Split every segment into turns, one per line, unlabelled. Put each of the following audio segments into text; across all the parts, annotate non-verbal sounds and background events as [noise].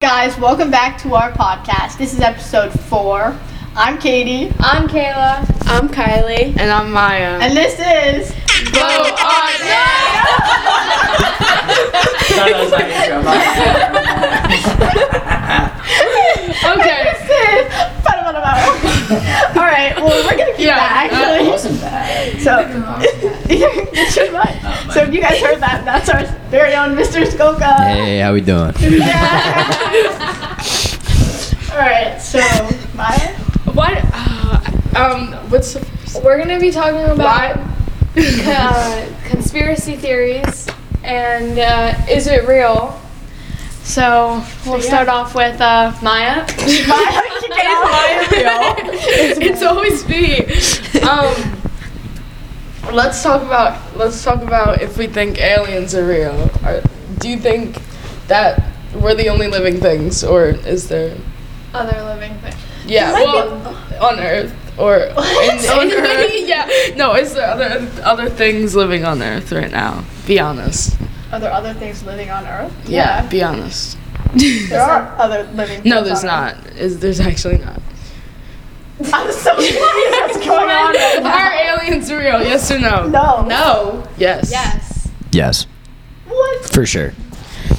Guys, welcome back to our podcast. This is episode four. I'm Katie,
I'm Kayla. I'm Kylie. And I'm Maya.
and this [laughs] is
Go
Oh,
on air. Okay.
this is. [laughs] All right, well we're gonna keep
Yeah.
that actually.
wasn't bad.
So, [laughs] it's your mic. so if you guys heard that, that's our very own Mr. Skolka.
Hey, how we doing?
[laughs]
[laughs]
All right, so Maya,
What? Uh, um. What's the
We're gonna be talking about
vibe?
uh, conspiracy theories and uh, is it real? So we'll start off with uh, Maya.
Maya, kick it off.
[laughs] it's always me. Um. Let's talk about. Let's talk about if we think aliens are real. Are, do you think that we're the only living things, or is there?
Other living [laughs] things.
Yeah.
Might be-
Well, on Earth or in,
On
in- [laughs] yeah. No, is there other other things living on Earth right now? Be honest.
Are there other things living on Earth?
Yeah. Be honest.
there are other living. things
No, there's
on
not. Is there's actually not.
Earth. I'm so [laughs] confused. What's going on? right now?
Are aliens real? Yes or no?
No.
No. Yes.
Yes.
Yes,
What?
for sure.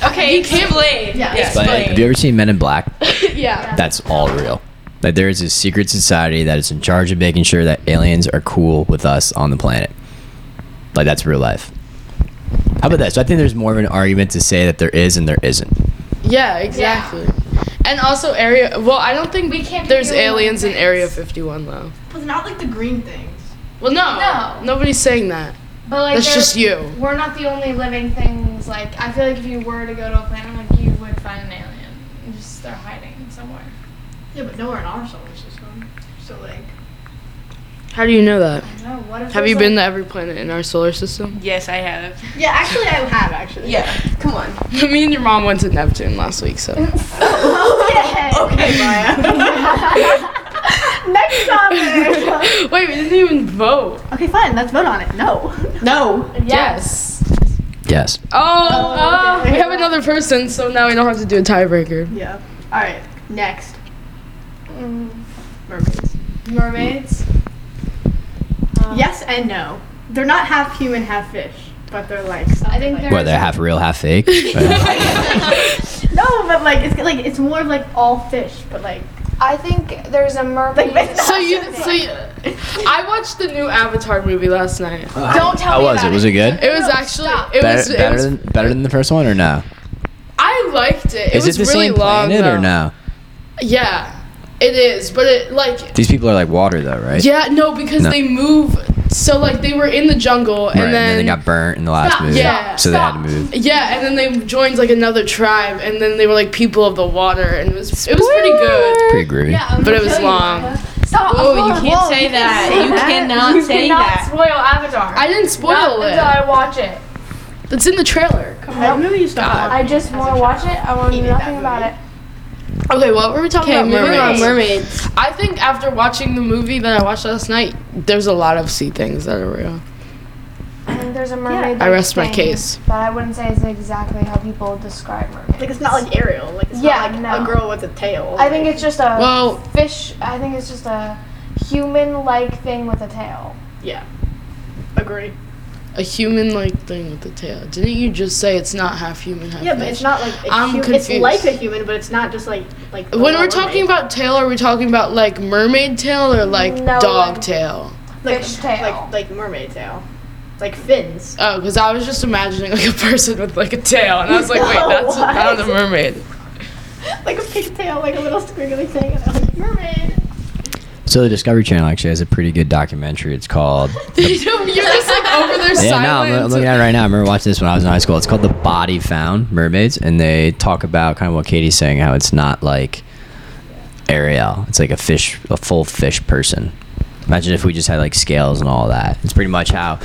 Okay, you can't blame.
Yeah.
Yes.
But have you ever seen Men in Black?
[laughs] yeah.
That's all real. Like there is a secret society that is in charge of making sure that aliens are cool with us on the planet. Like that's real life. How about that? So I think there's more of an argument to say that there is and there isn't.
Yeah. Exactly. And also area. Well, I don't think
We can't be
there's
the only
aliens in
things.
Area 51 though.
But not like the green things.
Well, no.
No.
Nobody's saying that.
But like,
That's
there-
just you.
We're not the only living things. Like, I feel like if you were to go to a planet, like you would find an alien. It's Just they're hiding somewhere.
Yeah, but nowhere in our solar system. So like.
How do you know that?
No, what if
Have
there's,
you been
like-
to every planet in our solar system?
Yes, I have.
Yeah, actually, I have actually.
Yeah, come on.
[laughs] Me and your mom went to Neptune last week, so.
[laughs] Okay. okay, Maya. [laughs] Next topic.
[laughs] Wait, we didn't even vote.
Okay, fine. Let's vote on it. No. No.
Yes.
Yes.
Oh, oh,
okay.
we have another person, so now we don't have to do a tiebreaker.
[laughs] Yeah. All right. Next.
Mm.
Mermaids.
mermaids? Um,
Yes and no. They're not half human, half fish, but they're like.
I think they're.
What, they're half real,
[laughs]
half fake? [laughs]
No, but like it's like it's more of like all fish, but like
I think there's a mermaid.
like
So you, so you,
[laughs]
I watched the new Avatar movie last night.
Don't tell
How
me
was
about
it? Was it good?
It was actually, it
better,
was, it
better
was-
than better than the first one or no?
I liked it. It
Is
was
it the
really
same
long
planet
though.
or no?
Yeah, it is, but it like,
These people are like water though, right?
yeah, no, because
No.
they move. So like they were in the jungle, and
Right, and
then
then they got burnt in the last
Stop,
movie,
yeah,
so they had to move.
Yeah, and then they joined like another tribe, and then they were like people of the water, and it was it was pretty good,
Pretty groovy.
Yeah, I'm
but it
gonna
was
kill you.
long.
Stop.
Oh, you can't say that.
say
[laughs]
you
that.
cannot
You
say
cannot
that.
spoil Avatar.
I didn't
Not
spoil
until
it.
I watch it.
It's in the trailer.
What movie you
God.
stopped?
I just want to watch it. I want to
Hated
know
that
nothing about
movie.
it.
Okay, what were we talking about?
moving on,
Mermaids.
mermaids.
I think after watching the movie that I watched last night, there's a lot of sea things that are real.
I think there's a mermaid.
I
like,
rest my
thing,
case.
But I wouldn't say it's exactly how people describe mermaids.
Like it's not like Ariel. Like it's
Yeah,
not like
no.
a girl with a tail.
I think it's just a
Well-
fish. I think it's just a human-like thing with a tail.
yeah. Agree.
A human-like thing with a tail. Didn't you just say it's not half human, half
Yeah, but
fish?
it's not like a
I'm
hu- It's
confused.
like a human, but it's not just like like. the
When
little
we're
mermaid.
talking about tail, are we talking about like mermaid tail or like
No,
dog
like-
tail?
like,
fish tail.
like like mermaid tail, like fins. [laughs]
Oh, because I was just imagining like a person with like a tail, and I was like, wait, that's
What?
not a mermaid.
like a pigtail, like a little squiggly thing, and I'm like, mermaid.
So the Discovery Channel actually has a pretty good documentary.
[laughs]
It's called
You know, You're just like over there
Yeah, no,
silent.
I'm, I'm looking at it right now. I remember watching this when I was in high school. It's called The Body Found Mermaids, and they talk about kind of what Katie's saying, how it's not like Ariel. It's like a fish, a full fish person. Imagine if we just had like scales and all that. It's pretty much how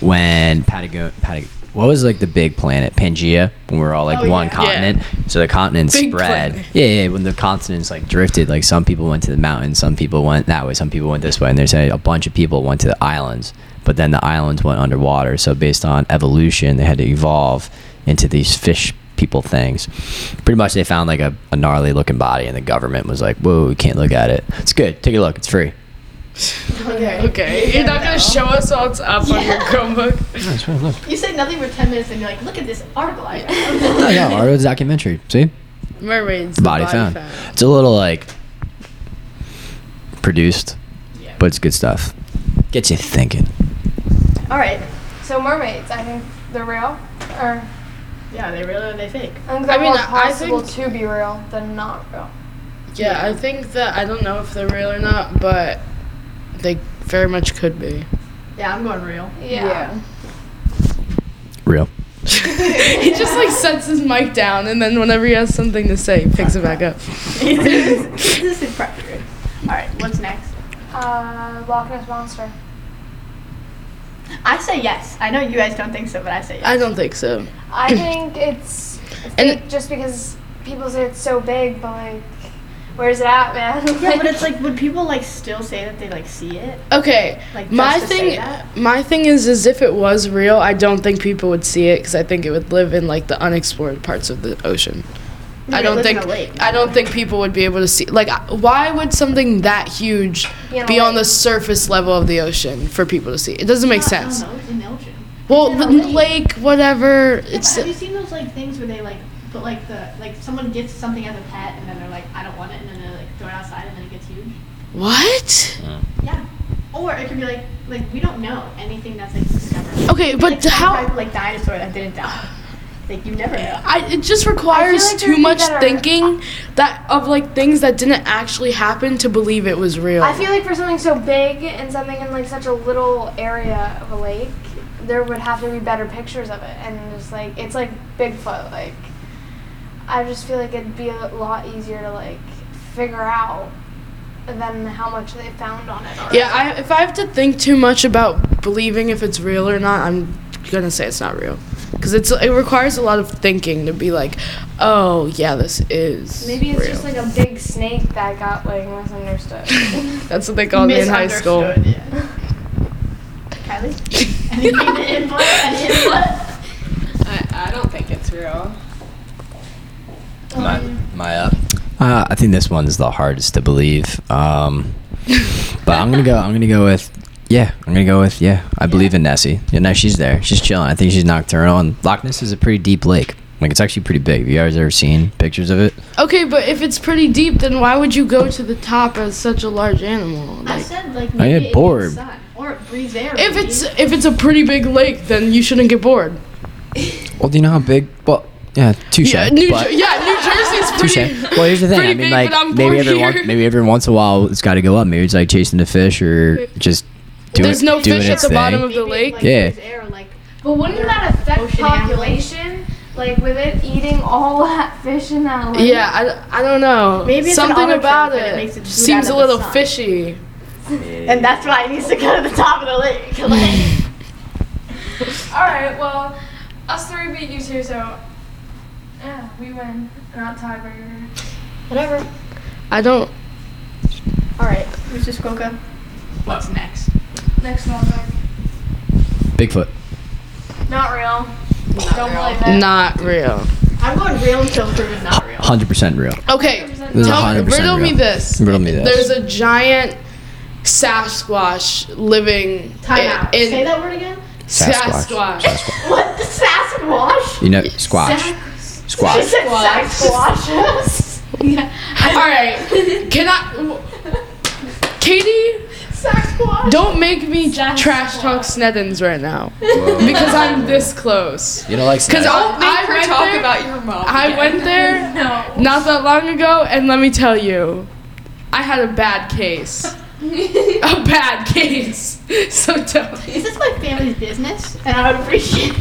when Patagon, Patag- what was like the big planet Pangea when we were all like
Oh,
one
yeah.
continent? So the continents
Big
spread.
planet.
Yeah, yeah. When the continents like drifted, like some people went to the mountains, some people went that way, some people went this way, and there's a bunch of people went to the islands, but then the islands went underwater. So based on evolution, they had to evolve into these fish people things. Pretty much, they found like a, a gnarly looking body, and the government was like, "Whoa, we can't look at it. It's good. Take a look. It's free."
[laughs] Okay.
Okay, you're not gonna show us all it's up on your Chromebook.
You say nothing for 10 minutes and you're like, look at this article
[laughs]
I [laughs] found.
Oh, yeah, art was documentary. See.
Mermaids. the
body, found. It's a little like produced, but it's good stuff. Gets you thinking.
All right.
So mermaids, I think they're real. Or
Yeah, they really are they fake.
I think they're
mean,
more
I
possible
think-
to be real than not real.
Yeah, I think that I don't know if they're real or not, but they very much could be.
Yeah, I'm going
[laughs]
real. [laughs]
Yeah.
Real.
he just like sets his mic down, and then whenever he has something to say, he picks it back up.
this is impressive. All right, what's next?
Uh, Loch Ness monster.
I say yes. I know you guys don't think so, but I say yes.
I don't think so. [clears throat]
I think it's
And-
fake just because people say it's so big, but like, where's it at, man?
yeah,
[laughs]
but it's like, would people like still say that they like see it?
Okay,
Like just
my
to say
thing,
that?
my thing is, is if it was real, I don't think people would see it because I think it would live in like the unexplored parts of the ocean.
they
I don't
live in
think
a lake.
I don't think people would be able to see. Like, I- why would something that huge
Be in a
be on the
lake.
surface level of the ocean for people to see? It doesn't make
I don't
sense.
know, it's in the ocean.
Well,
It's
the
in a
lake, whatever. It's
Have you seen those like things where they like put like the like someone gets something as a pet and then they're like I don't want it and then they like throw it outside and then it gets huge?
what?
Yeah. Or it could be like like we don't know anything that's like discovered.
Okay,
Like,
but
some type
how?
of, like dinosaur that didn't die. Like you never know.
I, it just requires
like there
too
would be
much
better-
thinking that of like things that didn't actually happen to believe it was real.
I feel like for something so big and something in like such a little area of a lake, there would have to be better pictures of it, and just like it's like Bigfoot. Like, I just feel like it'd be a lot easier to like figure out than how much they found on it. already.
Yeah, I, if I have to think too much about believing if it's real or not, I'm gonna say it's not real, because it's it requires a lot of thinking to be like, oh yeah, this is.
Maybe it's
real."
just like a big snake that got like misunderstood.
[laughs] that's what they called me in high school.
Misunderstood, yeah. Kylie? Anything to input? Any input?
I, I don't think it's real.
my, my up. Uh, I think this one's the hardest to believe. Um, but I'm gonna go. I'm gonna go with. Yeah, I'm gonna go with yeah. I believe in Nessie. Yeah, no, she's there. She's chilling. I think she's nocturnal. And Loch Ness is a pretty deep lake. Like it's actually pretty big. Have you guys ever seen pictures of it?
Okay, but if it's pretty deep, then why would you go to the top as such a large animal?
I
Like,
said like
I
maybe
get
it gets
bored.
sun. Or it breathes air.
if
maybe.
it's if it's a pretty big lake, then you shouldn't get bored.
Well, do you know how big? Well, yeah, touche.
Yeah, New,
but-
Jer- yeah, New Jersey's pretty.
Touche. Well, here's the thing. I
pretty
mean,
big,
like
but I'm
maybe
bored
every
here.
once, maybe every once in a while, it's got to go up. Maybe it's like chasing the fish or just doing
There's no
doing
fish at
its
the bottom
thing.
of the
Maybe it,
lake.
like,
Yeah.
breathes air, like,
But wouldn't that affect
Ocean
population? Like with it eating all that fish in that lake?
Yeah, I, I don't know.
Maybe it's an
something
olive
about
tree, but
it,
it makes it shoot out
seems
of
a
the
little
sun.
fishy.
And that's why it needs to go to the top of the lake. [laughs]
Mm-hmm.
Like,
All right. Well, us three beat you two, so yeah, we win. Not tiebreaker.
whatever.
I don't.
All right, Mr. Skoka, what's next?
Next one.
Bigfoot.
Not real. Don't believe it.
Not real.
I'm going real until proven not real.
Hundred percent real.
Okay,
This is
tell,
100%
riddle me
real.
this.
Riddle me this.
There's a giant Sasquatch living
Time
i-
out.
in
Say that word again.
Sasquatch.
Sasquatch.
What the Sasquatch?
You know, squash.
She
Squash.
said Sasquatch. [laughs]
All right, can I? w- Katie,
Sasquatch.
don't make me trash talk Sneddens right now [laughs] because I'm this close.
You don't like
Because
Sasquatch?
I went
talk
there-
about your mom.
[laughs]
I went there not that long ago, and let me tell you, I had a bad case.
[laughs]
a bad case. [laughs] So don't.
Is this my family's business? And I would appreciate.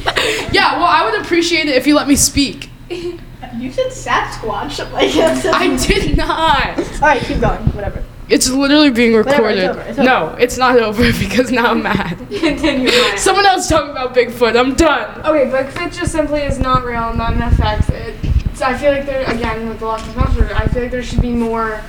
Yeah, well, I would appreciate it if you let me speak.
you said Sasquatch. Like that's- [laughs]
I did not.
All right, keep going. Whatever.
It's literally being recorded.
Whatever, it's over, it's
No, it's not over [laughs] because now I'm mad.
[laughs] Continue. Maya.
Someone else talking about Bigfoot. I'm done.
Okay, Bigfoot just simply is not real, and that affects it. So I feel like there, again, with the Loch Ness Monster, I feel like there should be more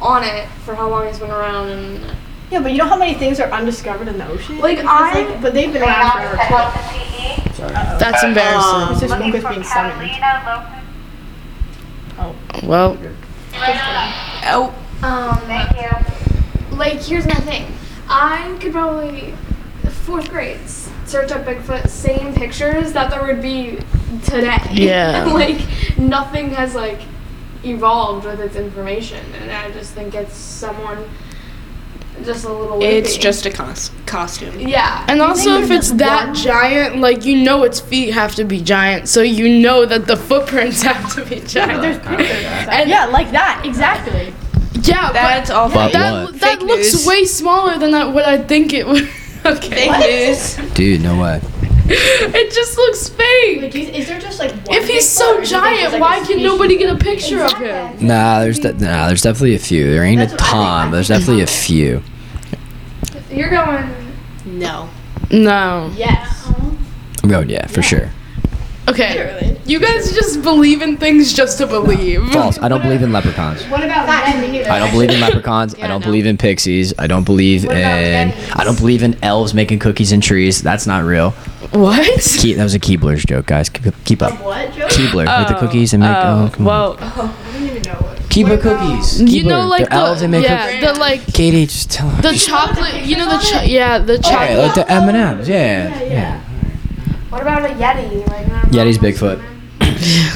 on it for how long it's been around. And
Yeah, but you know how many things are undiscovered in the ocean?
Like,
Because,
I-
but they've been around forever too.
That's embarrassing.
It's just Lucas being summoned. Oh.
Well,
Oh.
um, thank you. Like, here's my thing. I could probably fourth grades search up Bigfoot, same pictures that there would be today. [laughs]
Yeah.
like nothing has like evolved with its information, and I just think it's someone just a little.
It's
loopy.
just a cos- costume.
yeah.
and also if it's that giant, like you know its feet have to be giant, so you know that the footprints [laughs] have to be
Yeah, but there's
giant.
pictures. of that.
And-
yeah, like that, exactly.
Yeah, but
That's all
But
fake,
that
what?
that
Fake
looks
news.
way smaller than I, what I think it would. [laughs] okay,
fake news.
Dude, no way.
[laughs] it just looks
Wait,
fake.
do you- is there just like one
If
Bigfoot,
he's
or
so
do you think there's,
giant,
like, a
why can
species?
nobody get a picture of
Exactly.
him?
Nah, there's de- nah, there's definitely a few. There ain't a
That's what I think.
ton, but there's definitely a few.
You're going.
No.
No.
Yes.
I'm going, Oh, yeah, for sure.
Okay.
Literally.
You guys just believe in things just to believe.
False. I don't believe in leprechauns.
What about that?
I
[laughs]
don't believe in leprechauns. I don't believe in pixies. I don't believe
What about
in
Yetis?
I don't believe in elves making cookies in trees. That's not real.
What?
Keep, that was a Keebler's joke, guys. Keep, keep up.
What, Joe?
Keebler with the cookies and make oh, come on.
well,
I don't even know what.
Keebler cookies.
you
Keebler.
know, like
They're elves
the,
and make
yeah,
cookies.
the like
Katie, just tell her.
the chocolate. You know the cho- yeah the
yeah,
chocolate.
like the M and M's. Yeah,
Yeah,
yeah.
yeah.
What about a yeti? Like no,
Yeti's
no, no,
Bigfoot.
no, no.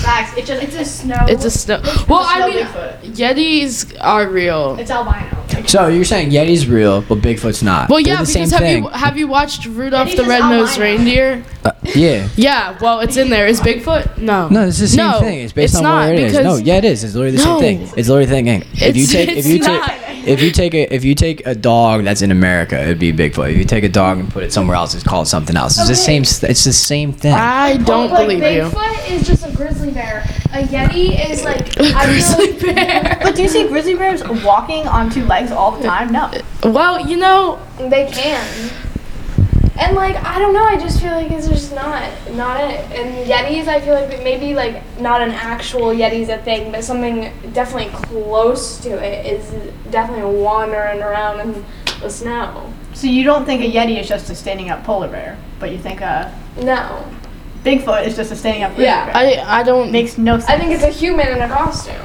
Facts. It's just it's a snow.
It's a snow. Well, I mean,
Bigfoot.
Yetis are real.
it's albino. Like,
So you're saying Yeti's real, but Bigfoot's not.
Well,
They're
yeah,
the same
because have
thing.
you have you watched Rudolph
Yetis
the
is
Red-Nosed
albino.
Reindeer?
Uh, yeah.
Yeah, well, it's in there. Is Bigfoot? No.
No, it's the same
No,
thing. It's based on
not,
where it is.
because-
No, yeah, it is. It's literally the
No.
same thing. It's literally the same thing. If you
It's-
take, if
it's
you take,
not.
if you take a, if you take a dog that's in America, it'd be Bigfoot. If you take a dog and put it somewhere else, it's called something else. It's the
Okay.
same. s- It's the same thing.
I don't
like,
believe you.
Bigfoot is just a grizzly bear. A yeti is
[laughs]
like I
Grizzly
feel
bear.
but do you see grizzly bears walking on two legs all the time? No.
Well, you know,
like they can. And like I don't know, I just feel like it's just not not it. And yetis, I feel like maybe like not an actual yeti's a thing, but something definitely close to it is definitely wandering around in the snow.
So you don't think a yeti is just a standing up polar bear, but you think a
No,
Bigfoot is just a standing up grizzly
Yeah,
bear.
I I don't.
Makes no sense.
I think it's a human in a costume.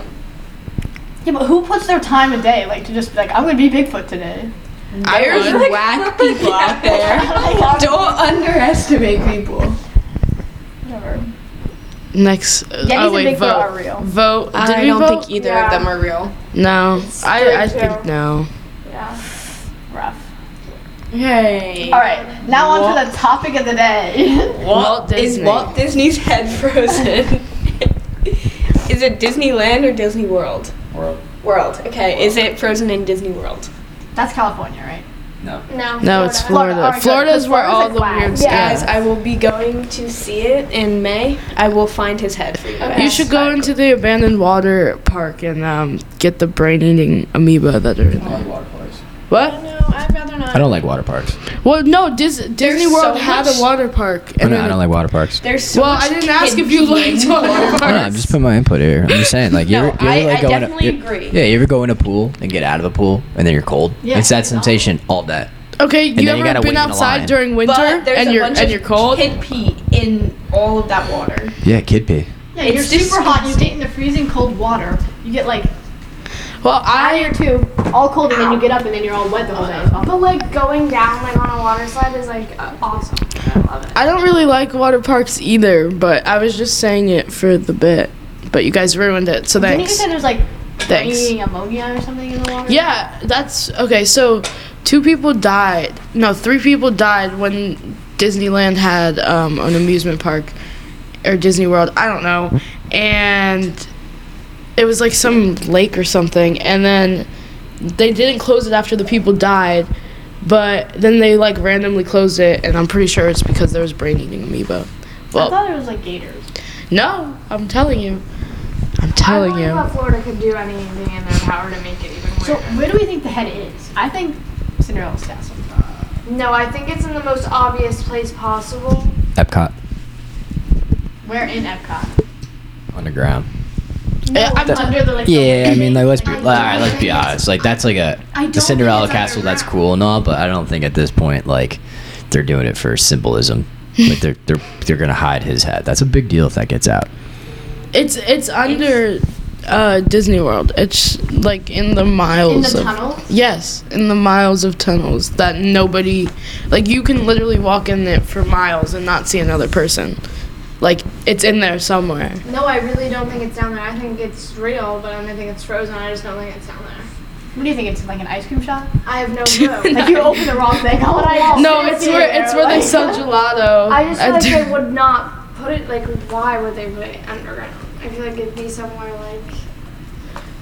yeah, but who puts their time of day like to just be like I'm gonna be Bigfoot [laughs] today?
There's
like-
whack [laughs] people out there.
Like,
Don't underestimate people.
Whatever.
Next. Uh,
Yetis
oh, wait,
and Bigfoot
vote.
are real.
Vote. Did
I
we
don't
vote?
think either
Yeah.
of them are real.
No.
straight
I, I
zero.
think no.
Yeah.
Rough.
Hey.
All right, now on to the topic of the day. [laughs]
Walt Disney.
Is Walt Disney's head [laughs] frozen? is it Disneyland or Disney World?
World.
World. Okay. Is it frozen in Disney World?
That's California, right?
No.
No.
No, it's
Florida.
Florida.
Alright, good,
Florida's
'cause
where all
Florida's
the
like
weird
wild.
stuff.
Guys, I will be going to see it in May. I will find his head for you.
Okay.
You should go into the abandoned water park and um, get the brain-eating amoeba that are in there. What?
No, I'd rather not.
I don't like
[laughs]
water parks.
Well, no. Dis- Disney World
so
had
much-
a water park.
Oh,
And
no,
then-
I don't like water parks.
There's so
well,
much
I didn't ask if you liked
hidden-
water parks.
I don't know, I'm just putting my input here. I'm just saying, like, you
No,
ever, you ever,
I-
like
I
go in a-
definitely
you-
agree.
Yeah, you ever go in a pool and get out of the pool and then you're cold?
Yeah.
It's that sensation all day.
Okay, you
then you
ever
gotta
been
wait in a line.
outside during winter
But there's
and
a
you're
bunch
and
of
you're cold?
kid pee in all of that water.
Yeah, kid pee.
Yeah,
It's
you're super hot. You get into freezing cold water. You get like
Well, I
tired too, all cold, and then you get up and then you're all wet the whole day.
But like going down like on a water slide is like uh, awesome. I love it.
I don't really like water parks either, but I was just saying it for the bit. But you guys ruined it, so
Didn't you
thanks.
say there's like
Thanks.
any ammonia or something in the water?
Yeah, that's okay. So, two people died. No, three people died when Disneyland had um, an amusement park or Disney World. I don't know, and it was like some lake or something. And then they didn't close it after the people died, but then they like randomly closed it, and I'm pretty sure it's because there was brain-eating amoeba.
I
Well,
thought it was like gators.
No, I'm telling you. I'm
I
telling
don't know
you.
what Florida could do anything in their power to make it even worse.
So where do we think the head is? I think Cinderella's castle.
No, I think it's in the most obvious place possible.
Epcot
We're in Epcot. Uh,
underground.
Yeah, I'm
Under the like. the
Yeah, I mean, like let's be,
I
all right, let's be
think it's-
honest. Like that's like a
I don't
the Cinderella
think it's
castle. That's
underground.
cool and all, but I don't think at this point like they're doing it for
[laughs]
symbolism. Like they're they're they're gonna hide his head. That's a big deal if that gets out.
It's it's under uh, Disney World. It's like in the
In
miles
the
of
tunnel.
yes, in the miles of tunnels that nobody like you can literally walk in it for miles and not see another person. Like it's in there somewhere.
No, I really don't think it's down there. I think it's real, but I don't think it's frozen. I just don't think it's down there.
What do you think? It's like an ice cream
[laughs]
shop.
I have no
[laughs]
clue.
Like you open the wrong thing. Oh, I
No, it's where it's where they sell gelato.
I just feel
at-
like they would not put it like why would they put it underground? I feel like it'd be somewhere like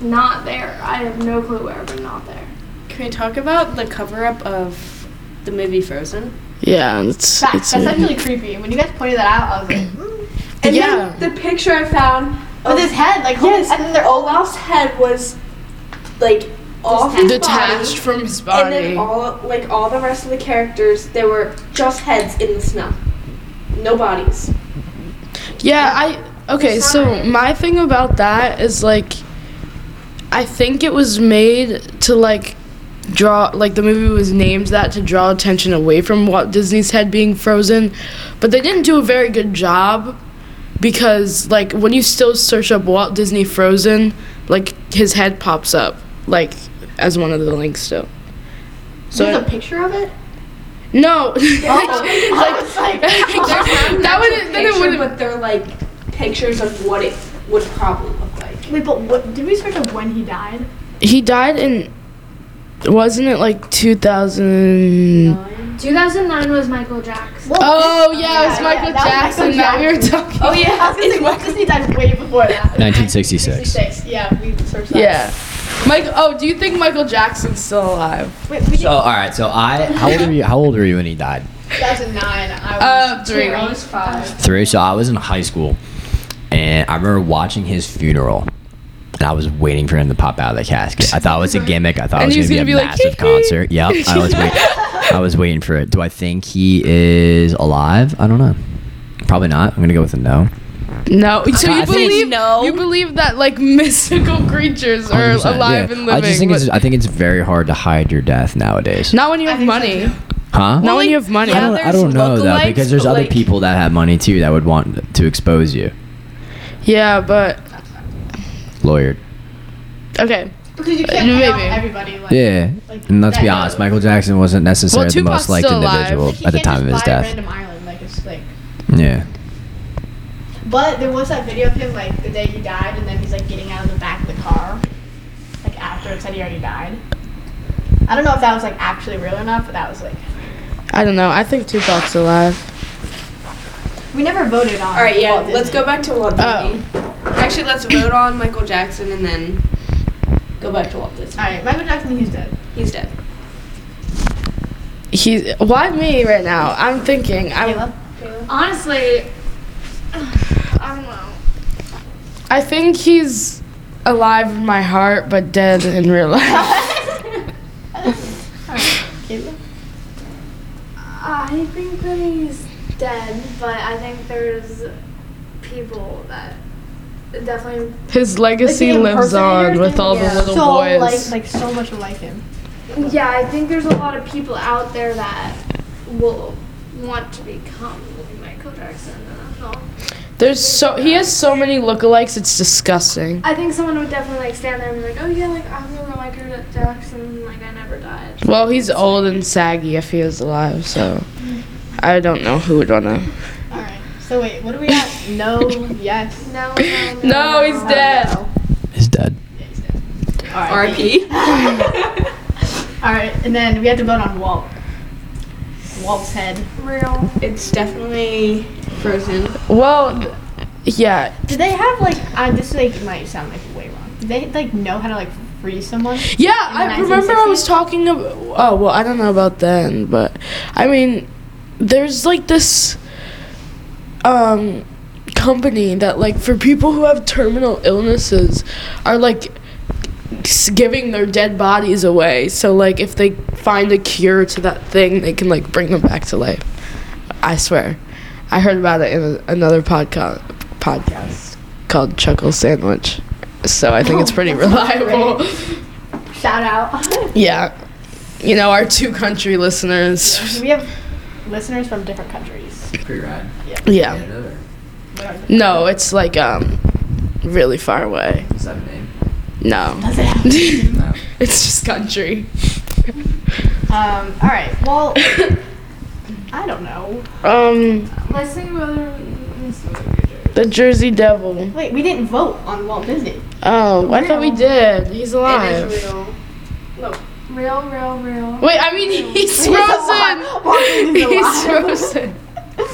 not there. I have no clue where, but not there.
Can we talk about the cover up of the movie Frozen?
yeah, it's
Facts.
it's
That's actually creepy. When you guys pointed that out, I was
[clears throat]
like, mm.
And
Yeah.
then the picture I found
with his head, like, holding-
Yes,
and then they're all
Olaf's head was like off his body,
detached from his
and
body.
then all like all the rest of the characters, there were just heads in the snow, no [laughs] bodies.
Yeah, I okay, so my thing about that is like I think it was made to like draw like the movie was named that to draw attention away from Walt Disney's head being frozen, but they didn't do a very good job because like when you still search up Walt Disney Frozen, like his head pops up like as one of the links still. So
There's a picture of
[laughs]
it.
no, [laughs]
[laughs] I was like,
that would then it
Picture,
would
but they're like pictures of what it would probably look like.
wait, but what? Did we search up when he died?
He died in wasn't it like 2000
2009 was Michael Jackson.
Oh yeah, it was
that
Michael
was Michael
Jackson that we [laughs] were talking.
Oh yeah, I was gonna say Walt Disney died way before that.
1966.
1966, Yeah, we searched that.
Yeah. Michael Oh, do you think Michael Jackson's still alive?
Wait, we did
So all right, so I how old were you? How old were you when he died?
2009. I was
Uh, three.
two, I was five.
Three. So I was in high school, and I remember watching his funeral. And I was waiting for him to pop out of the casket. I thought it was a gimmick. I thought
And
it was
he
going to be a
was gonna be
massive
like,
concert. Yep, I was waiting. I was waiting for it. Do I think he is alive? I don't know. Probably not. I'm going to go with a no.
No. So
I
you
think-
believe
No.
you believe that like [laughs] mystical creatures are
100%,
alive
yeah.
and living.
I just think
but
it's I think it's very hard to hide your death nowadays.
not when you
I
have
think so,
money.
too.
Huh?
Not when you have money.
I don't, I don't know though because there's other people that have money too that would want to expose you.
Yeah, but
Lawyered.
okay.
Because you
Uh,
can't count
maybe.
everybody. Like,
Yeah.
Like,
And let's
that-
be honest, Michael Jackson wasn't necessarily
Well,
the
Tupac's
most liked
still alive.
individual
Like, he
at the
can't
time of
just
his
buy a
death.
Random island, like it's like.
Yeah.
But there was that video of him like the day he died, and then he's like getting out of the back of the car, like after it said he already died. I don't know if that was like actually real or not, but that was like
I don't know. I think Tupac's alive.
we never voted on.
All right, yeah,
Walt Disney.
let's go back to Walt
Oh,
Disney. Actually, let's vote on Michael Jackson and then go back to Walt Disney.
All right, Michael Jackson, he's dead.
He's dead.
He's why me right now? I'm thinking. I'm,
Caleb?
Honestly, I don't know.
I think he's alive in my heart, but dead in real life.
Caleb?
I think that he's dead, but I think there's people that definitely
His legacy
Like the
lives on
impersonator
with
thing?
all
Yeah.
the little
So
boys.
like like so much like him.
Yeah, I think there's a lot of people out there that will want to become Michael Jackson. and uh, I don't know.
There's so he has so many lookalikes. It's disgusting.
I think someone would definitely like stand there and be like, "Oh yeah, like I'm a real Michael Jackson. Like I never died."
Well, he's old and saggy if he was alive. So I don't know who would wanna.
All right. So wait, what do we at? No, yes.
No, no,
No, he's dead.
He's dead.
All right.
R.P.
All right, and then we have to vote on Walt. Walt's head.
Real.
It's definitely Frozen.
Well, th- yeah,
Did they have like? Uh, this like might sound like way wrong. Did they like know how to like freeze someone?
yeah. I remember I was talking about. Oh well, I don't know about then, but I mean, there's like this um company that like for people who have terminal illnesses are like s- giving their dead bodies away. So like if they find a cure to that thing, they can like bring them back to life. I swear. I heard about it in a, another podcast podcast called Chuckle Sandwich. So I think it's pretty reliable.
Shout out.
Yeah. You know, our two country
[laughs]
listeners.
we have listeners from different countries.
Pretty rad.
Yeah. No, it's like um really far away.
Does that have a name?
No.
Does it have a
No.
[laughs] it's just country.
Um, all right. [coughs] Well, I don't know.
Um
Let's think about other.
the Jersey Devil.
Wait, we didn't vote on Walt [laughs] Disney.
Oh, I thought we did. He's alive.
real.
Real, real, real.
Wait, I mean he's
alive. Walt
frozen.
Disney's
[laughs]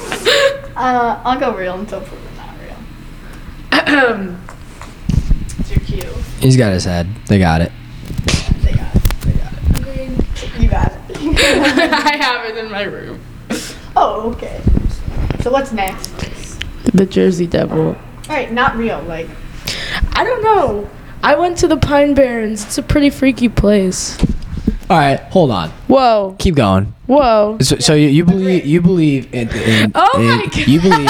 alive.
he's frozen.
[laughs] Uh, I'll go real until proven not real.
Ahem.
It's your cue.
He's got his head. They got it.
They got it. You got it. [laughs]
I have it in my room.
oh, okay. So what's next?
The Jersey Devil.
All right, not real. Like,
I don't know. I went to the Pine Barrens. It's a pretty freaky place.
All right, hold on.
Whoa,
Keep going.
whoa.
So, so you, you believe you believe in, in,
[laughs] Oh
in-
my God.
you believe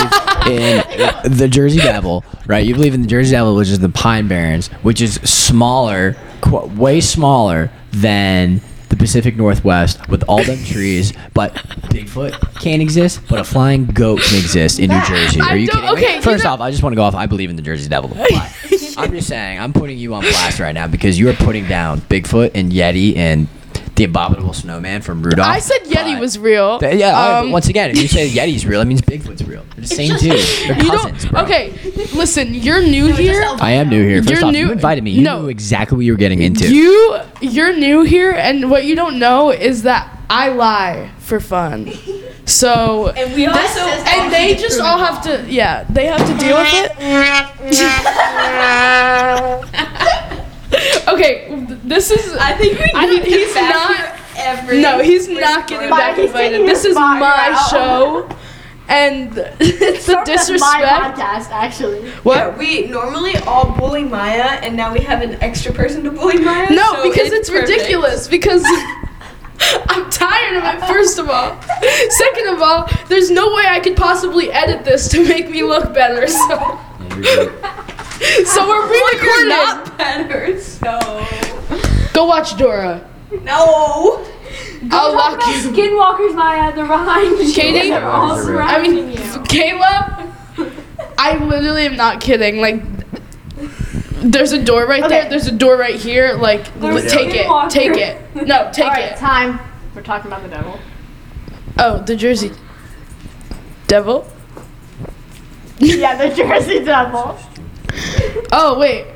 in the Jersey Devil, right? You believe in the Jersey Devil, which is the Pine Barrens, which is smaller, qu- way smaller than the Pacific Northwest with all them trees, but Bigfoot can't exist, but a flying goat can exist in New Jersey.
I
Are you
don't-
kidding me?
okay, you
First
know-
off, I just want to go off. I believe in the
[laughs]
Jersey Devil. But I'm just saying, I'm putting you on blast right now because you are putting down Bigfoot and Yeti and the abominable snowman from Rudolph.
I said Yeti
but-
was real.
Th- yeah, all right, but
Um,
once again, if you say Yeti's real, that means Bigfoot's real. They're the same dude. They're
you
cousins,
don't.
bro.
Okay, listen. You're new here.
I am new here. 1st
You're
off,
new-
you invited me. You
no.
knew exactly what you were getting into.
You you're new here, and what you don't know is that I lie for fun. So
And we also
and they just all have to yeah they have to deal with it okay th- this is
I think we
I
need
don't-
to
he's
back
not-
for every.
no he's not getting
Mike,
back
he's
invited
taking
this
your
is
spot
my
now.
show and it's the
That's my
disrespect
podcast, actually.
what
we normally all bully Maya, and now we have an extra person to bully Maya.
no
so
because it's,
perfect.
ridiculous because [laughs] I'm tired of it, first of all. Second of all, there's no way I could possibly edit this to make me look better, so. So we're
You're
re-recording.
[laughs] not better, so
Go watch Dora.
no.
I'll lock you.
Skinwalkers, Maya, they're behind you.
Katie?
They're all
They're real.
surrounding
I mean,
you.
Caleb. I literally am not kidding. Like, there's a door right there.
Okay.
The's a door right here. Like,
There's
l- take it.
Skinwalker.
Take it. No, take
All right,
it.
time. We're talking about the devil.
Oh, the Jersey Devil.
yeah, the Jersey Devil.
Oh wait.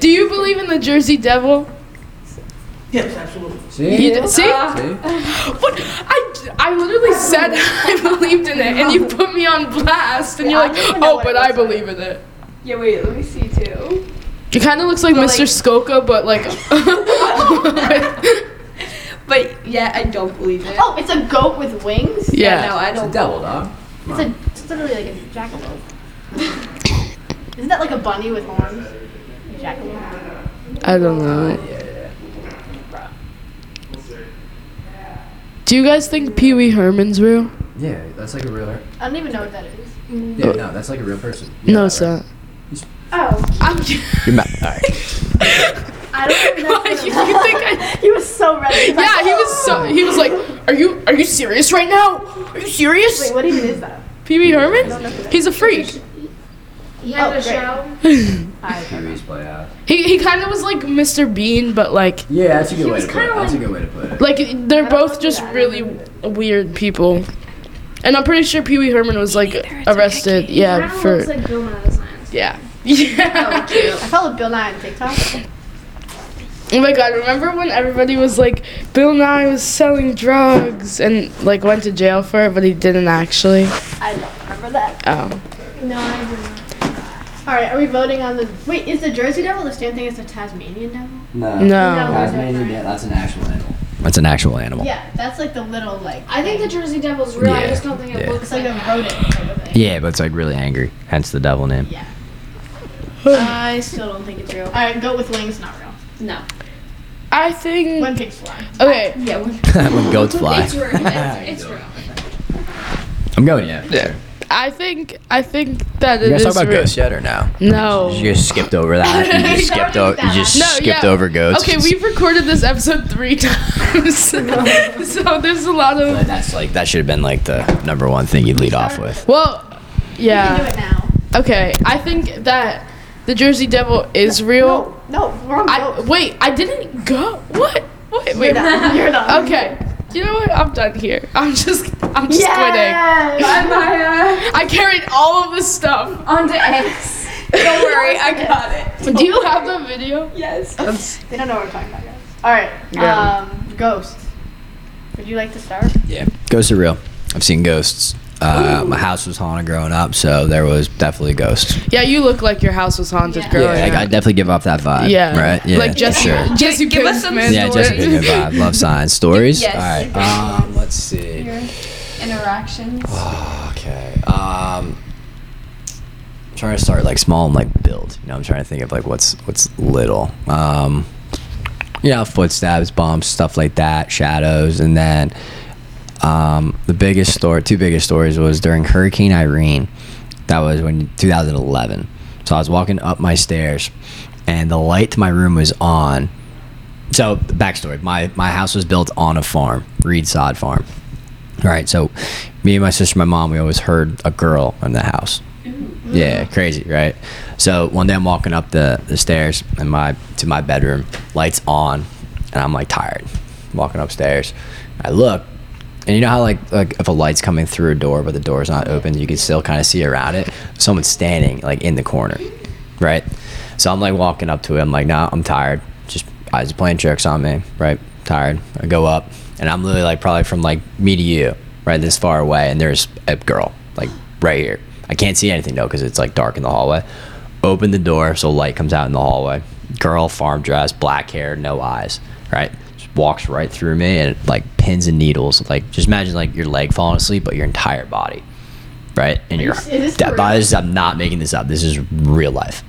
Do you believe in the Jersey Devil?
See?
You d- see?
Uh,
What? I, I literally said [laughs] I believed in it, and you put me on blast, and
Yeah,
you're
I
like,
don't even know
oh,
what it
but I
was.
believe in it.
Yeah, wait. Let me see too.
It kind of looks like
But,
Mr.
like-
Skoka, but like. [laughs]
But yeah, I don't believe it.
Oh, it's a goat with wings.
No,
yeah.
I don't.
devil, dog.
It's a. It's literally like a jackalope. Isn't that like a bunny with horns? Jackalope.
I don't know. Do you guys think Pee Wee Herman's real?
Yeah, that's like a real.
I don't even know what that is.
Yeah, no, that's like a real person.
no, it's not.
Oh,
I'm.
You're ma- all right.
I don't know. [laughs]
[laughs] Why do you think I?
he was so ready. He was
Yeah,
like, "Oh,
he was so. He was like, "Are you? Are you serious right now? Are you serious?"
Wait, what even is that?
Pee Wee Herman? He's a freak.
He had
Oh,
a
great.
show.
Pee-wee's Playhouse.
He he kind of was like Mr. Bean, but like
Yeah, that's a good way to
kinda like-
good way to put it.
like they're both
do
just
that.
really weird people. And I'm pretty sure Pee Wee Herman was like arrested. Yeah,
Kinda
for
looks like Bill Nye the Science.
yeah. [laughs] Yeah.
I followed Bill Nye on TikTok.
Oh my god, remember when everybody was like, Bill Nye was selling drugs and like went to jail for it, but he didn't actually?
I don't remember that.
Oh.
No, I didn't.
All right, are we voting on the? Wait, is the Jersey Devil the same thing as the Tasmanian Devil?
No.
No.
yeah, that's an actual animal. That's an actual animal.
Yeah, that's like the little like.
I think the Jersey Devil's real. I
Yeah,
just don't think it
yeah.
it's
looks
like a
like
rodent type of thing.
Yeah, but it's like really angry. Hence the devil name.
Yeah.
I still don't think it's real.
All right, goat with wings, not real.
No.
I
When
think.
pigs fly.
Okay.
Yeah, when
[laughs] when goats fly.
it's real. It's, it's real.
[laughs] I'm going, yeah.
Yeah. I think. I think that
You
it
guys
is
talk about
real.
ghosts yet or no?
No.
You just skipped over that. You just skipped, o- you just
No,
skipped
yeah.
over goats.
Okay, we've recorded this episode three [laughs] times,
[laughs]
so there's a lot
But
of.
Uh, that's like that should have been like the number one thing you'd lead off with.
Well,
You can do
yeah.
it now.
Okay, I think that the Jersey Devil is real.
No, no, we're on
I
goat.
wait. I didn't go. What? Wait.
[laughs]
Wait.
You're done.
Okay. You know what? I'm done here. I'm just. I'm just
Yes.
I'm Maya.
quitting. I carried all of this stuff.
[laughs] On to X. Don't worry, I got it.
Do you have the video?
Yes.
They don't know what we're talking about, guys. All right.
Yeah.
Um, ghosts. Would you like to start?
Yeah, ghosts are real. I've seen ghosts. Uh, my house was haunted growing up, so there was definitely ghosts.
Yeah, you look like your house was haunted
Yeah.
growing
yeah, like, I
up.
definitely give off that vibe.
yeah.
right. Yeah,
Like Jesse.
sure.
Jesse
Give us some
Pinkman.
Yeah, Jessica good vibe. Love signs, stories.
Yes.
All right. Um, let's see.
Your interactions.
Okay. Um, I'm trying to start like small and like build. You know, I'm trying to think of like what's what's little. Um, you know, footsteps, bumps, stuff like that, shadows, and then um, the biggest story, two biggest stories was during Hurricane Irene. That was when 2011. So I was walking up my stairs, and the light to my room was on. So backstory: my my house was built on a farm, Reed Sod Farm. All right, so me and my sister, and my mom, we always heard a girl in the house. Yeah, crazy, right? So one day I'm walking up the, the stairs and my to my bedroom, lights on, and I'm like tired. walking upstairs, I look, and you know how like like if a light's coming through a door but the door's not open, you can still kind of see around it. Someone's standing like in the corner, right? So I'm like walking up to it. I'm like, nah, I'm tired. Just eyes are playing tricks on me, right? Tired. I go up, and I'm literally like probably from like me to you, right? This far away, and there's a girl like right here. I can't see anything though because it's like dark in the hallway. Open the door so light comes out in the hallway. Girl, farm dress, black hair, no eyes, right? Just walks right through me and like pins and needles. Like just imagine like your leg falling asleep, but your entire body, right? And your
Is this
that
for
body
real?
is. I'm not making this up. This is real life.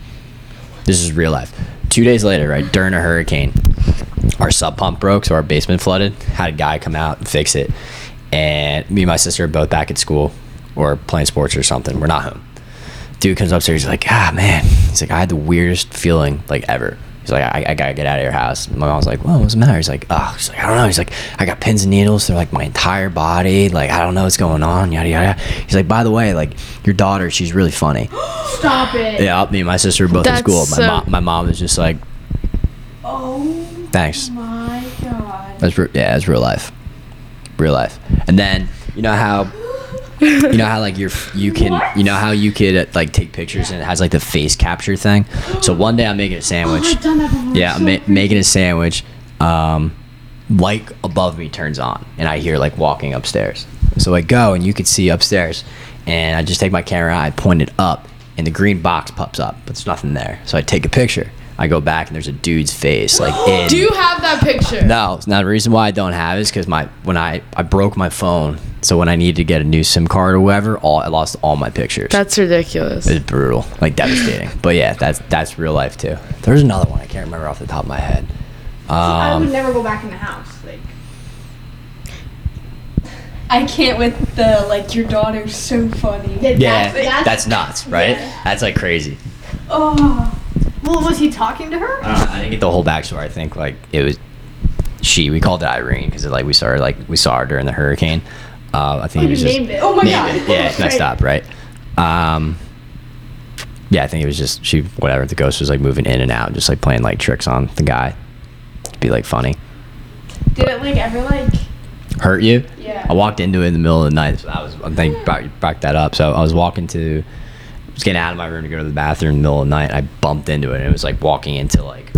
This is real life. Two days later, right during a hurricane, our sub pump broke, so our basement flooded. Had a guy come out and fix it, and me and my sister are both back at school or playing sports or something. We're not home. Dude comes upstairs. He's like, ah man. He's like, I had the weirdest feeling like ever. He's like, I, I gotta get out of your house. My mom's like, well, what's the matter? He's like, oh, she's like, I don't know. He's like, I got pins and needles. They're like my entire body. Like, I don't know what's going on. Yada yada. He's like, by the way, like your daughter, she's really funny.
Stop it.
Yeah, me and my sister were both
That's
in school. My,
so-
mom, my mom is just like,
Oh
thanks.
my god.
That's re- yeah, it's real life, real life. And then you know how, you know how like you're f- you can you know how you could uh, like take pictures and it has like the face capture thing. So one day I'm making a sandwich. yeah, I'm ma- making a sandwich. Um, light above me turns on, and I hear like walking upstairs. So I go, and you can see upstairs. And I just take my camera, I point it up, and the green box pops up, but there's nothing there. So I take a picture. I go back, and there's a dude's face like in.
Do you have that picture?
No, now the reason why I don't have it is because my when I I broke my phone, so when I needed to get a new SIM card or whatever, all I lost all my pictures.
That's ridiculous. [laughs]
it's brutal, like devastating. but yeah, that's that's real life too. There's another one I can't remember off the top of my head.
I would
Um,
never go back in the house. Like,
I can't with the like your daughter's so funny.
yeah,
That's,
that's, nuts, right? That's like crazy.
Oh.
well, was he talking to her?
I, don't know, Uh, I didn't get the whole backstory. I think like it was she. We called it Irene because like we started like we saw her during the hurricane. Uh, I think
Oh,
it was
you
just
named it.
Oh my
Named
god.
it. Yeah, it's messed up, right? Um, yeah, I think it was just she, whatever. The ghost was like moving in and out, just like playing like tricks on the guy. It'd be like funny.
Did it like ever like
Hurt you?
Yeah.
I walked into it in the middle of the night, so that was I think back, back that up. So I was walking to, I was getting out of my room to go to the bathroom in the middle of the night. I bumped into it, and it was like walking into like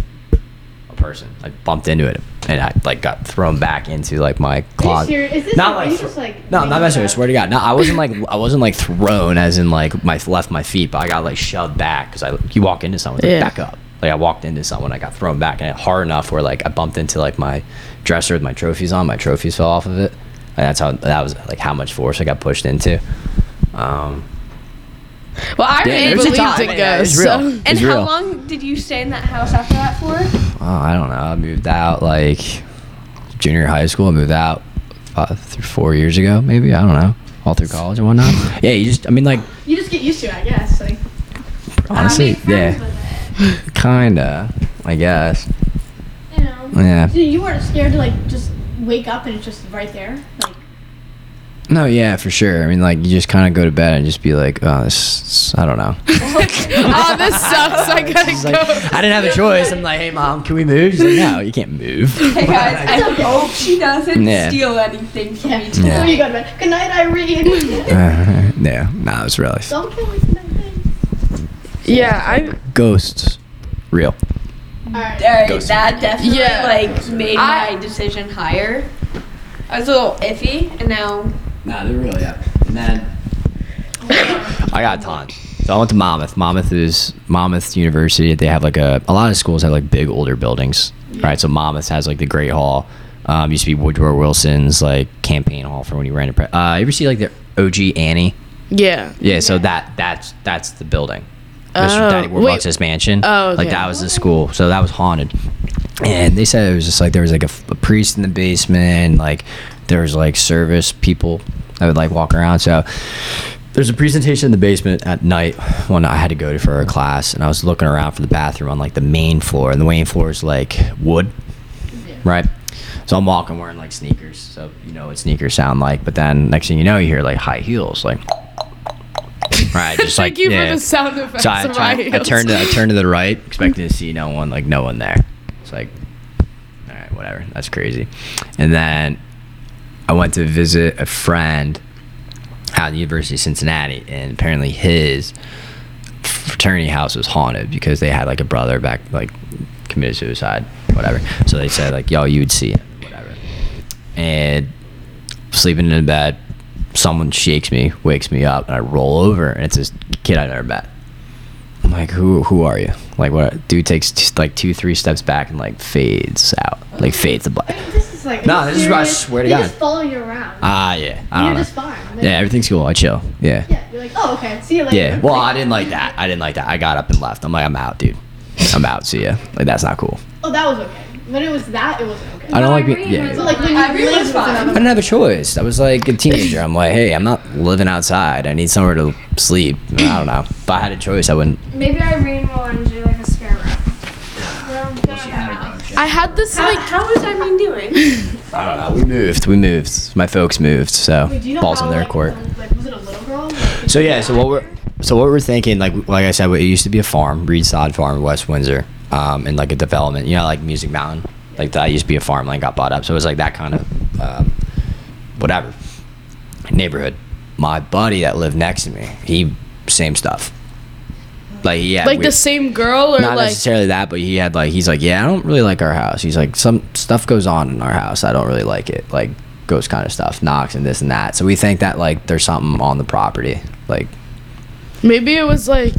a person. I bumped into it, and I like got thrown back into like my closet.
serious? Is this-
not
are
like,
you
thro-
just, like,
no,
making
not messing.
it
I
up?
swear to God, no, I wasn't like I wasn't like thrown as in like my left my feet, but I got like shoved back because I you walk into someone like,
Yeah.
back up. Like I walked into someone, I got thrown back, and it hard enough where like I bumped into like my dresser with my trophies on. My trophies fell off of it, and that's how that was like how much force I got pushed into. Um,
Well, I
Yeah,
really
there's a
believed
time.
in ghosts.
It's real.
so-
And
It's
how
real.
long did you stay in that house after
[laughs]
that for?
Oh, I don't know. I moved out like junior high school. I moved out uh, through four years ago, maybe. I don't know. All through college and whatnot. Yeah, you just, I mean, like,
You just get used to it, I guess. Like,
honestly,
friends
yeah, [laughs] kinda, I guess.
you know.
Yeah.
So you weren't scared to like just wake up and it's just right there. Like,
No, yeah, for sure. I mean, like, you just kind of go to bed and just be like, oh, this, this- I
[laughs]
don't know.
oh, this sucks. I gotta
She's
go.
like, I didn't have a choice. I'm like, hey, mom, can we move? She's like, no, you can't move.
[laughs]
[laughs]
Hey guys, I hope she doesn't
Yeah.
steal anything from
yeah.
me.
Yeah.
Before Oh, you go to bed. Good night, [laughs] Irene.
Uh, no, nah, it was real life.
Don't kill me tonight.
yeah, I
Ghosts, real.
All right.
Alright,
Ghost.
that definitely
Yeah.
like made
I-
my decision higher. I was a little iffy, and now
Nah, they're real, yeah. And then I got a ton. So I went to Monmouth. Monmouth is Monmouth University. They have like a a lot of schools have like big older buildings, right? So Monmouth has like the Great Hall. Um, used to be Woodrow Wilson's like campaign hall for when you ran a. Pre- uh, you ever see like the OG Annie?
yeah.
Yeah, so that that's that's the building.
Oh,
Mr. Daddy
wait.
Warbucks' mansion.
Oh,
like
okay.
that was the school, so that was haunted. And they said it was just like there was like a, f- a priest in the basement, like there was like service people that would like walk around. So there's a presentation in the basement at night when I had to go to for a class, and I was looking around for the bathroom on like the main floor, and the main floor is like wood, right? So I'm walking wearing like sneakers, so you know what sneakers sound like. But then next thing you know, you hear like high heels, like right, just like
[laughs] Thank you
yeah.
for the sound effects
So I,
of
so I,
my
I turned to I turned to
[laughs]
the right, expecting to see no one, like no one there. It's like, all right, whatever, that's crazy. And then I went to visit a friend out at the University of Cincinnati, and apparently his fraternity house was haunted because they had like a brother back like committed suicide, whatever. So they said like, yo, you would see it, whatever. And sleeping in bed, someone shakes me, wakes me up, and I roll over, and it's this kid I never met. I'm like, who who are you? Like, what? Dude takes just like two, three steps back and like fades out, like fades the black.
This is like.
No, this is where I
serious-
swear to
they
God.
just follow you around.
Ah, yeah. I
you're
don't know.
just fine. Like,
Yeah, everything's cool. I chill. Yeah.
Yeah. You're like, oh, okay. See you later.
Yeah. Well, I didn't like that. I didn't like that. I got up and left. I'm like, I'm out, dude. I'm out. See ya. Like, that's not cool.
oh, that was okay. When it was that, it wasn't okay.
I don't like being. Yeah.
So like when you
Irene was
lived with
fine.
I
another.
didn't have a choice. I was like a teenager. I'm like, hey, I'm not living outside. I need somewhere to sleep. I don't know. If I had a choice, I wouldn't.
Maybe Irene will want to do like a spare room.
I had this like
how is Irene doing?
I don't know. We moved. We moved. My folks moved. So
Wait, do you know
balls
how,
in their
like,
court.
little- Like, was it a little girl? Like,
So yeah, so what we're so what we're thinking, like like I said, it used to be a farm, Reed Sod Farm, in West Windsor, um, and like a development. You know, like Music Mountain, like that used to be a farm, like got bought up. So it was like that kind of um, whatever neighborhood. My buddy that lived next to me, he same stuff. Like yeah,
like the same girl or
not
like
necessarily that, but he had like he's like, yeah, I don't really like our house. He's like, some stuff goes on in our house. I don't really like it, like ghost kind of stuff, knocks and this and that. So we think that like there's something on the property, like
maybe it was like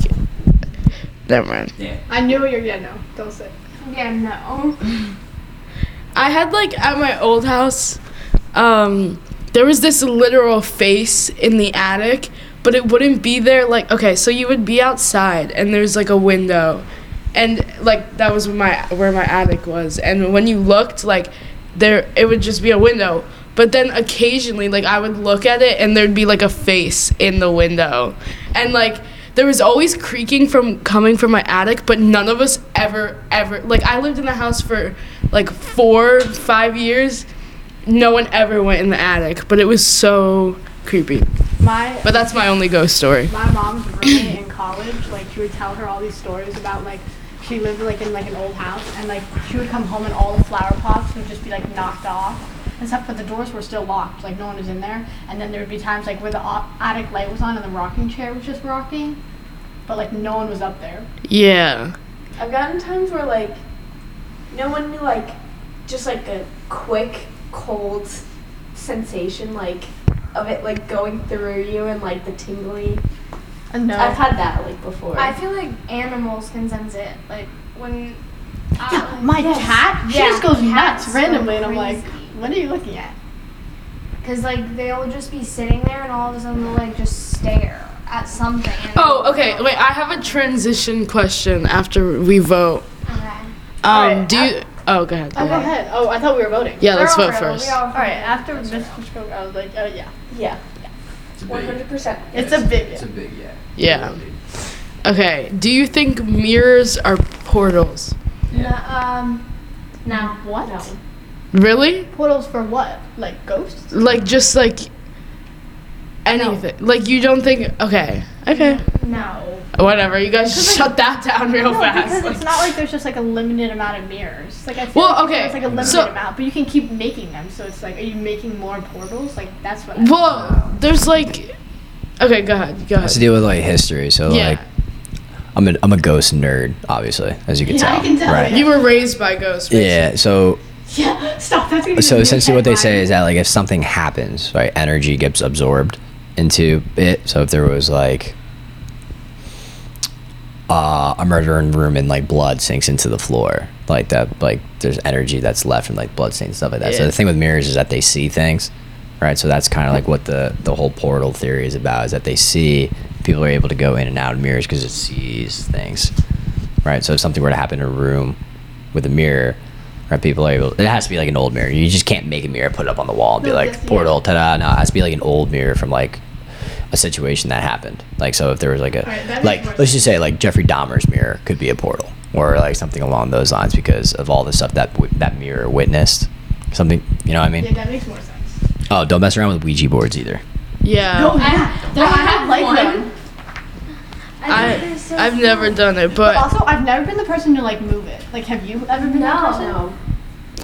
never mind.
I knew what you're. Yeah, no, don't say.
Yeah, no.
I had like at my old house, um, there was this literal face in the attic, but it wouldn't be there. Like okay, so you would be outside, and there's like a window, and like that was my where my attic was, and when you looked, like there it would just be a window. But then occasionally, like I would look at it, and there'd be like a face in the window, and like. There was always creaking from coming from my attic, but none of us ever, ever like I lived in the house for like four, five years. No one ever went in the attic, but it was so creepy.
My
But that's my only ghost story.
my mom's roommate in college, like she would tell her all these stories about like she lived like in like an old house and like she would come home and all the flower pots would just be like knocked off and stuff, but the doors were still locked, like no one was in there. And then there would be times like where the o- attic light was on and the rocking chair was just rocking, but like no one was up there.
Yeah.
I've gotten times where like no one knew like just like a quick cold sensation like of it like going through you and like the tingly.
And no,
I've had that like before.
I feel like animals can sense it. Like when. uh,
yeah, [gasps] my cat, she
Yeah,
just goes
cats
nuts
go
randomly, and I'm like,
crazy.
what are you looking at?
Because like they'll just be sitting there and all of a sudden they'll like just stare at something. and-
Oh, okay. Wait, I have a transition question after we vote.
Okay.
Um,
Alright,
do you? Oh, go ahead.
Oh, go ahead. Oh, I thought we were voting.
Yeah, let's
They're all
vote
real, we
first.
all-
All right. After Miss Cook, I was like, oh yeah,
Yeah,
It's a
one
big,
hundred percent.
it's a big.
it's a big yeah.
Yeah. Okay. Do you think mirrors are portals?
Yeah.
No, um,
Now what?
Really?
Portals for what? Like ghosts?
Like just like anything? Like you don't think? Okay. Okay.
no.
Whatever. You guys just shut that down real
No,
Oh, fast.
because it's not like there's just like a limited amount of mirrors. Like I feel
Well,
like
okay,
there's like a limited
so-
amount, but you can keep making them. So it's like, are you making more portals? Like that's what. I
well, there's like. Okay, go ahead. Go
Has to
ahead.
deal with like history. So
Yeah.
like, I'm a I'm a ghost nerd, obviously, as you can
Yeah, I
tell.
can tell, [laughs]
Right.
yeah.
You were raised by ghosts.
Yeah. So
yeah. [laughs] Stop. That's gonna be
so
the new
essentially what they
headline.
say is that like if something happens right energy gets absorbed into it so if there was like uh, a murder in the room and like blood sinks into the floor like that like there's energy that's left from like blood stains stuff like that so
Yeah.
the thing with mirrors is that they see things right so that's kind of like what the the whole portal theory is about is that they see people are able to go in and out of mirrors because it sees things right? So if something were to happen in a room with a mirror, right? People are able. It has to be like an old mirror. You just can't make a mirror put it up on the wall and be
No,
like
that's- yeah.
portal, ta-da. No, it has to be like an old mirror from like a situation that happened. Like so, if there was like a
Alright, that makes
like
more
let's just say like Jeffrey Dahmer's mirror could be a portal or like something along those lines because of all the stuff that w- that mirror witnessed. Something you know what I mean?
Yeah, that makes more sense.
Oh, don't mess around with Ouija boards either.
Yeah.
No, yeah. No, I have like
one.
them.
I, think
I
they're so
I've
cool.
never done it,
But
but
also, I've never been the person to like move it. Like, have you ever been that person?
No,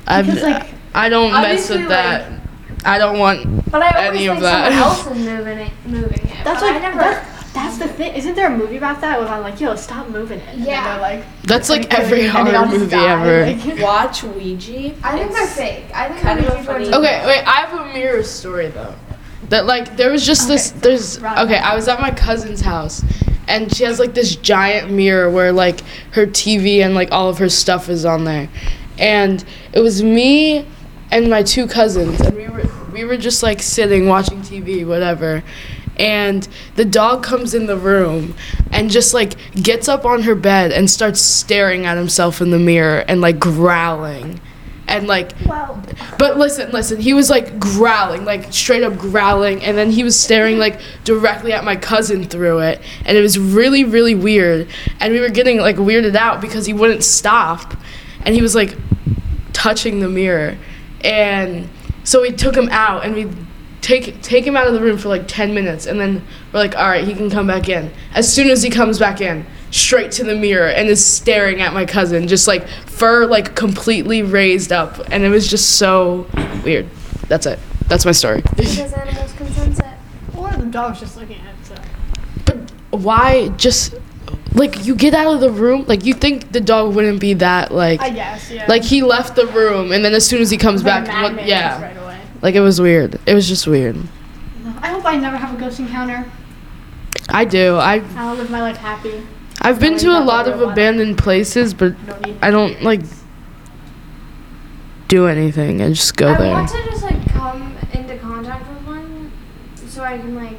I've
because, like,
I don't mess
obviously,
with that. I don't want.
But I always
any
think
of that.
someone else is moving it. Moving it.
That's
but I
like
never.
that's, that's the thing. Isn't there a movie about that? Where I'm like, yo, stop moving it. And then
Yeah.
they're like,
That's like
"Like,
every
and they all
horror
just
movie
die, [laughs]
ever.
like-
watch Ouija.
I think they're
It's-
fake. I think
kind
they're
of
fake ones.
funny.
Okay, wait. I have a mirror story though. That like there was just this.
Okay.
There's
Right.
okay. I was at my cousin's house, and she has like this giant mirror where like her TV and like all of her stuff is on there, and it was me and my two cousins, and we were we were just like sitting watching TV, whatever. And the dog comes in the room and just like gets up on her bed and starts staring at himself in the mirror and like growling. And like
well,
but listen, listen. He was like growling, like straight up growling, and then he was staring like directly at my cousin through it, and it was really, really weird. And we were getting like weirded out because he wouldn't stop, and he was like touching the mirror, and so we took him out and we take take him out of the room for like ten minutes, and then we're like, all right, he can come back in. As soon as he comes back in, straight to the mirror and is staring at my cousin, just like fur like completely raised up, and it was just so weird. That's it. That's my story.
Because animals can sense it.
or the dog's just looking at itself.
But why just like you get out of the room? Like you think the dog wouldn't be that like
I guess, yeah.
like he left the room and then as soon as he comes
Like
back,
Mad
what,
Men
yeah,
just Right away.
like it was weird. It was just weird.
No, I hope I never have a ghost encounter.
I do. I
I'll live my life happy.
I've been
Knowing
to a
that
lot
there
of
were a lot of-
abandoned places, but
No need.
I don't like do anything. I just go
I
there.
want to just like come into contact with one, so I can like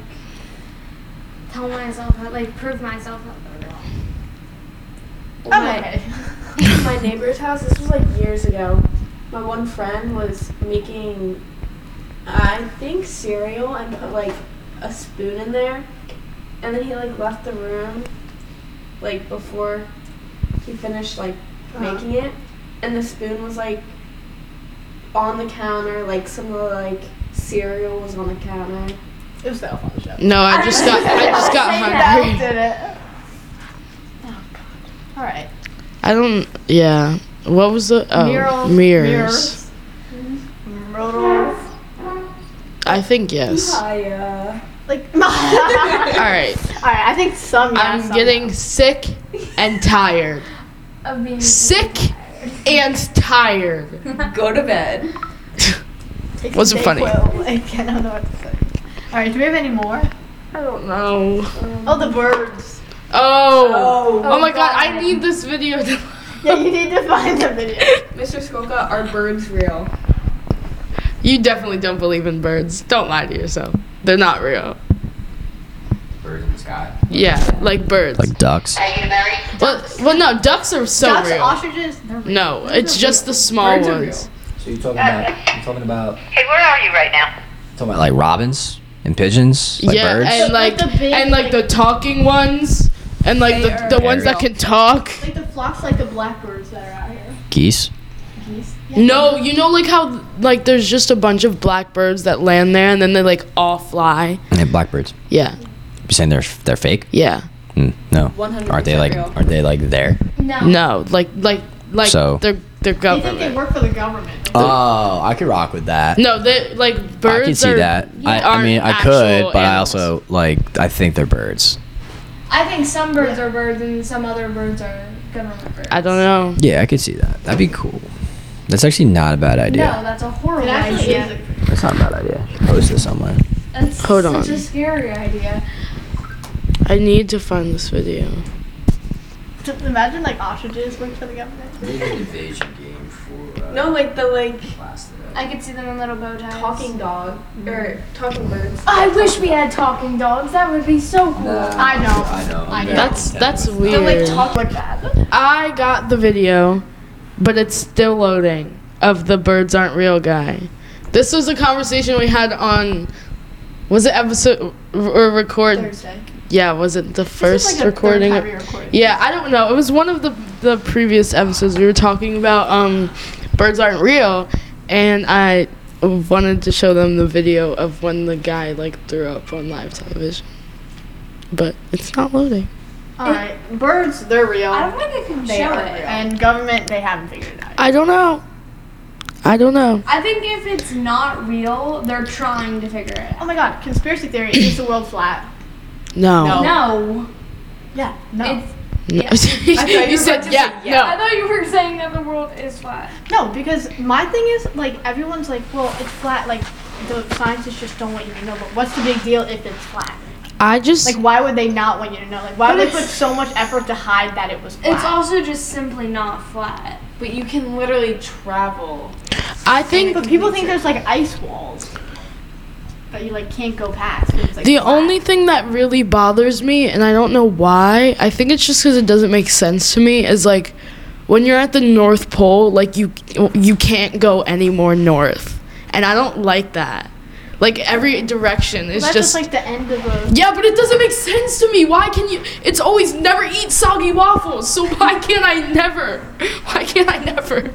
tell myself, how, like prove myself that they're real.
I'm okay. [laughs]
my neighbor's house. This was like years ago. My one friend was making, I think, cereal and put like a spoon in there, and then he like left the room, like before he finished like making it, and the spoon was like on the counter, like some of the like cereal was on the counter.
It was that fun show.
No, I just got I [laughs] just got
That
hungry.
did it. Oh god. All right.
I don't. Yeah. What was the oh
Mural-
mirrors?
Mirrors. Murals.
I think yes. All
Hiya.
Like. [laughs] All
right.
right. I think some. Yeah,
I'm
some
getting sick and tired.
Of being
Sick and tired.
[laughs] Go to bed.
Take
Wasn't
some
funny.
Dayquil. [laughs] Like, I don't know what to say. All right. Do we have any more?
I don't know.
Oh, the birds.
Oh.
Oh.
Oh, my god. I
God.
need this video. To- [laughs]
Yeah, you need to find the video.
Mr. Skolka, are birds real?
you definitely don't believe in birds. Don't lie to yourself. They're not real.
birds in the sky?
Yeah, like birds.
Like ducks.
Are you married?
well, well, no, ducks are so
Ducks,
real.
ostriches, they're real.
no, it's just the small Birds are ones.
So you're talking about you're talking about
Hey, where are you right now?
talking about like robins and pigeons, like
yeah,
birds.
and like
Like the big,
and like the talking ones, and like
They
the,
are
the ones that
real.
can talk.
Like the flocks, like the blackbirds that are out here.
Geese.
Geese. Yeah.
No, you know like how like there's just a bunch of blackbirds that land there and then they like all fly.
And blackbirds.
Yeah,
You're saying they're they're fake?
yeah.
Mm, no.
100%
Aren't they like
real.
aren't they like there?
No.
No, like like like
So-
they're they're
They think they
government.
work for the government.
Uh,
Oh, I could rock with that.
No, they like birds.
I can see
are,
that. I, I
aren't
mean, I
actual
could, but I
animals.
also like. I think they're birds.
I think some birds are birds and some other birds are government birds.
I don't know.
Yeah, I could see that. That'd be cool. That's actually not a bad
No,
idea.
that's a horrible
It actually
idea.
is. a-
That's not a bad idea. I should Post this somewhere.
That's
Hold
such
on.
a scary idea.
I need to find this video.
Just Imagine like ostriches work for the government.
They did an invasion game for uh,
No, like the like
last of
I could see them in little bow ties.
talking dog or talking birds.
I wish we had talking dogs. That would be so cool.
I know.
I know. I'm
I
very
know.
That's
content
that's
with
They like
weird.
talk like that.
I got the video, but it's still loading of the birds aren't real guy. This was a conversation we had on was it episode or record?
Thursday.
Yeah, was it the
This
first
is, like, a third
recording?
time we recorded.
Yeah, I don't know. It was one of the the previous episodes we were talking about um birds aren't real and I wanted to show them the video of when the guy like threw up on live television. But it's not loading.
All right, birds, they're real.
I don't think I can
they
show
are
it.
real. And government, they haven't figured it out.
I don't know. I don't know.
I think if it's not real, they're trying to figure it
Oh
out.
my God, conspiracy theory is the world flat?
No.
No.
Yeah, no,
It's,
No.
you
you
were
said
about to
yeah.
say
I
No.
thought you were saying that the world is flat.
no. Because my thing is like everyone's like, well, it's flat. Like the scientists just don't want you to know. But what's the big deal if it's flat?
I just
Like, why would they not want you to know? Like, why
But
would they
it's-
put so much effort to hide that it was flat?
It's also just simply not flat.
But you can literally travel.
I think
But people think there's like ice walls that you like can't go past. 'cause it's, like,
the
flat.
only thing that really bothers me and I don't know why, I think it's just cuz it doesn't make sense to me is like when you're at the North Pole, like you you can't go any more north. And I don't like that. Like every direction is
that's just
just
like the end of a.
yeah, but it doesn't make sense to me. Why can you? It's always never eat soggy waffles. So why can't I never? [laughs] Why can't I never?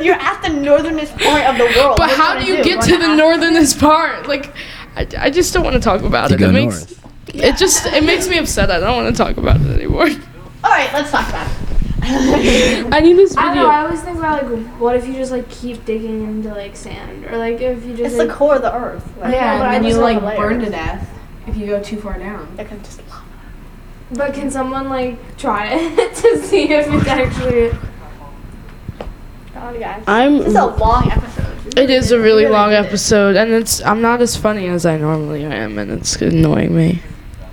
You're at the northernest point of the world. What
But
are
how
gonna
do you get
Run
to the
out?
northernest part? Like, I, I just don't want to talk about
To
it.
go
it makes
north.
it just it makes me upset. I don't want to talk about it anymore.
All right, let's talk about it.
I need this
I don't know.
video.
I always think about like, what if you just like keep digging into like sand, or like if you
it's
just
the core of the earth. Like,
Yeah,
but I
and you
just love
like
the
burn to
layers.
death if you go too far down.
It can just pop.
But can someone like try [laughs] it to see if
[laughs]
it's actually?
Oh, guys.
I'm.
This is a long episode.
It is a really
Really
long
did it.
episode, and it's I'm not as funny as I normally am, and it's annoying [laughs] me.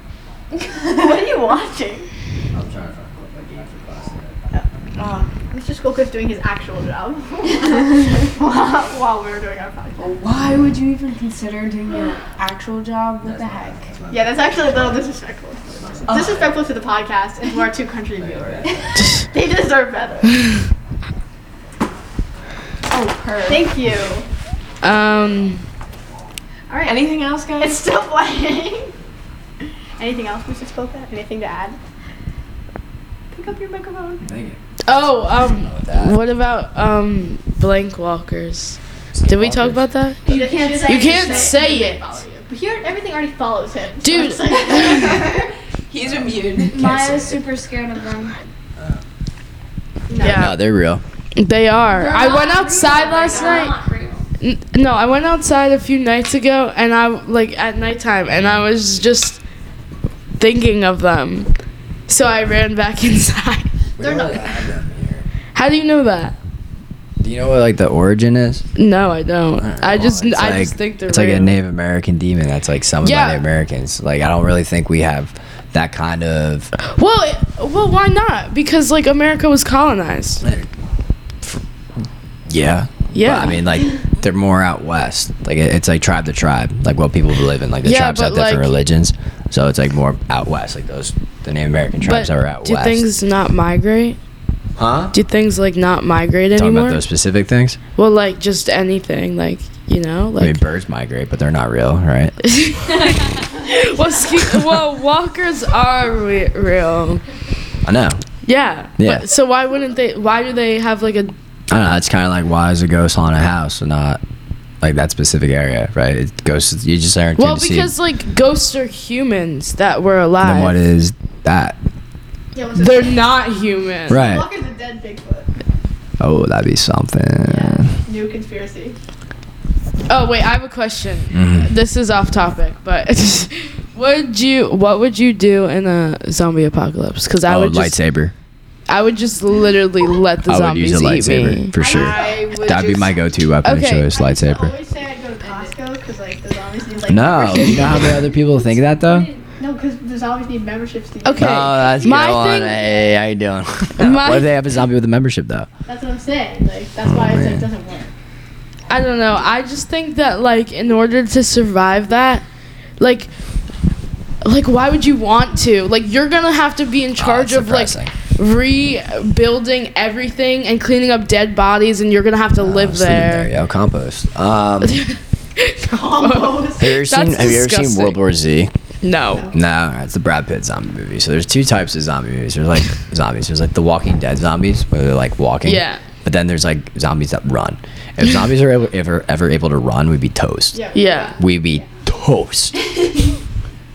[laughs] what are you watching?
that. I'm trying to find a game for class.
Mr. Skolk is doing his actual [laughs] job while, while we were doing our podcast.
Why would you even consider doing your actual job? What the heck?
That's my
Yeah, that's actually a little disrespectful. Disrespectful to the podcast and to our two country [laughs] viewers. they deserve better.
Oh, her.
Thank you.
Um,
All right.
Anything else,
It's [laughs]
guys?
still playing. Anything else, Mr. Skolk? Anything to add? Pick up your microphone.
Thank you.
oh, um,
With that.
what about um blank walkers? Did we talk about that?
You can't say
You can't say it.
But here, everything already follows him. so
Dude.
it's like-
He's immune.
Maya's super scared of them.
Yeah.
No, they're real.
They are.
They're
I
not
went outside
real.
last
They're
night.
not real.
N- No, I went outside a few nights ago, and I like at nighttime, and I was just thinking of them. So I ran back [laughs] inside.
We
They're
don't
not-
really have them here.
How do you know that?
Do you know what like the origin is?
No, I don't. I just,
It's
I
like-
just think they're
it's
real.
like a Native American demon. That's like some of
Yeah.
my Native Americans. Like I don't really think we have that kind of
Well, it, well, why not? Because like America was colonized.
yeah.
Yeah.
But, I mean, like they're more out west. Like it- it's like tribe to tribe. Like what people believe in. Like the
Yeah,
tribes
but,
have different
like-
religions. So it's like more out west, like those the Native American tribes that were out
do
west.
things not migrate?
huh?
Do things like not migrate
Talking
anymore?
about those specific things.
Well, like just anything, like you know,
I mean,
like.
birds migrate, but they're not real, right?
[laughs] well, ski- well, walkers are re- real.
I know.
Yeah.
Yeah.
But, so why wouldn't they? Why do they have like a?
I don't know. It's kind of like why is a ghost on a house and not like that specific area, right? It goes. You just aren't.
Well,
to see-
because like ghosts are humans that were alive.
Then what is that?
[laughs] Yeah, what's
They're
it-
not human.
Right.
Walker's a dead Bigfoot.
Oh, that'd be something.
New conspiracy.
Oh wait, I have a question.
Mhm.
This is off topic, but [laughs] would you? What would you do in a zombie apocalypse? Because I
oh,
would just,
lightsaber.
I would just literally let the
I would
zombies
use a
eat me.
lightsaber for sure.
I would
That'd be
just-
my go-to weapon
Okay.
of choice,
I used to
lightsaber.
always say I'd go to Costco because like the zombies need like.
No, you know how many other people think of that though?
No, because the zombies need memberships to. Use.
Okay.
Oh, that's a
My
good one.
thing-
Hey, how you doing? [laughs]
My-
what if they have a zombie with a membership though? Oh,
That's what I'm saying. Like that's why it's, like, it doesn't work.
I don't know. I just think that like in order to survive that, like like why would you want to? Like you're going to have to be in charge
it's
of like
depressing.
rebuilding everything and cleaning up dead bodies and you're going to have to
Oh,
live
sleeping
[laughs]
there.
there.
Yo, compost.
[laughs]
Um, have you
Almost.
ever seen?
That's
Have you ever seen
disgusting.
World War Z?
No.
No, it's the Brad Pitt zombie movie. So there's two types of zombie movies. There's like [laughs] zombies. There's like the Walking Dead zombies, where they're like walking.
Yeah.
But then there's like zombies that run. If zombies are ever ever, ever able to run, we'd be toast.
Yeah.
Yeah.
We'd be
[laughs]
toast.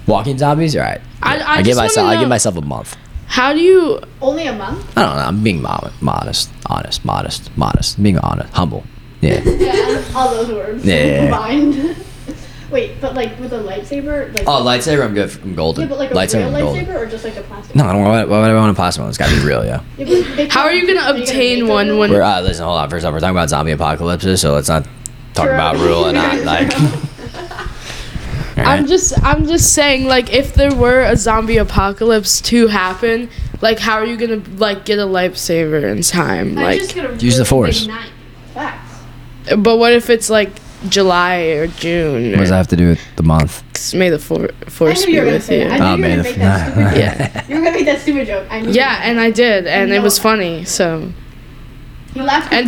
walking zombies, all right.
I- I just
give
wanna
myself. I give
know-
myself a month.
How do you
Only a month.
I don't know. I'm being mo- modest, honest, modest, modest. Being honest, humble. Yeah.
Yeah, all those words
Yeah.
combined. [laughs] Wait, but like with a lightsaber, like
oh, lightsaber. I'm good. for- I'm golden.
yeah, but like a
lightsaber.
real
I'm golden.
lightsaber or just like a plastic?
No, I don't. Why, why would I want a plastic one? It's got to be real, yeah.
Yeah, but they
How are you gonna
make
obtain
them
one when-
We're uh, listen. Hold on. First off, we're talking about zombie apocalypses, so let's not talk
Sure.
about rule
[laughs]
and not like. [laughs]
I'm just I'm just saying like if there were a zombie apocalypse to happen, like how are you going to like get a lifesaver in time? Like
Use the force. What
facts?
But what if it's like July or June?
does that have to do with the month?
Or may the for-
I
force
knew
be
you were gonna
with
say
you.
it. I knew
Oh,
you were
man,
gonna make
if- [laughs]
that stupid. joke.
yeah.
You were gonna make that stupid joke. I knew.
Yeah, and I did, and it was funny. So,
He laughed.
and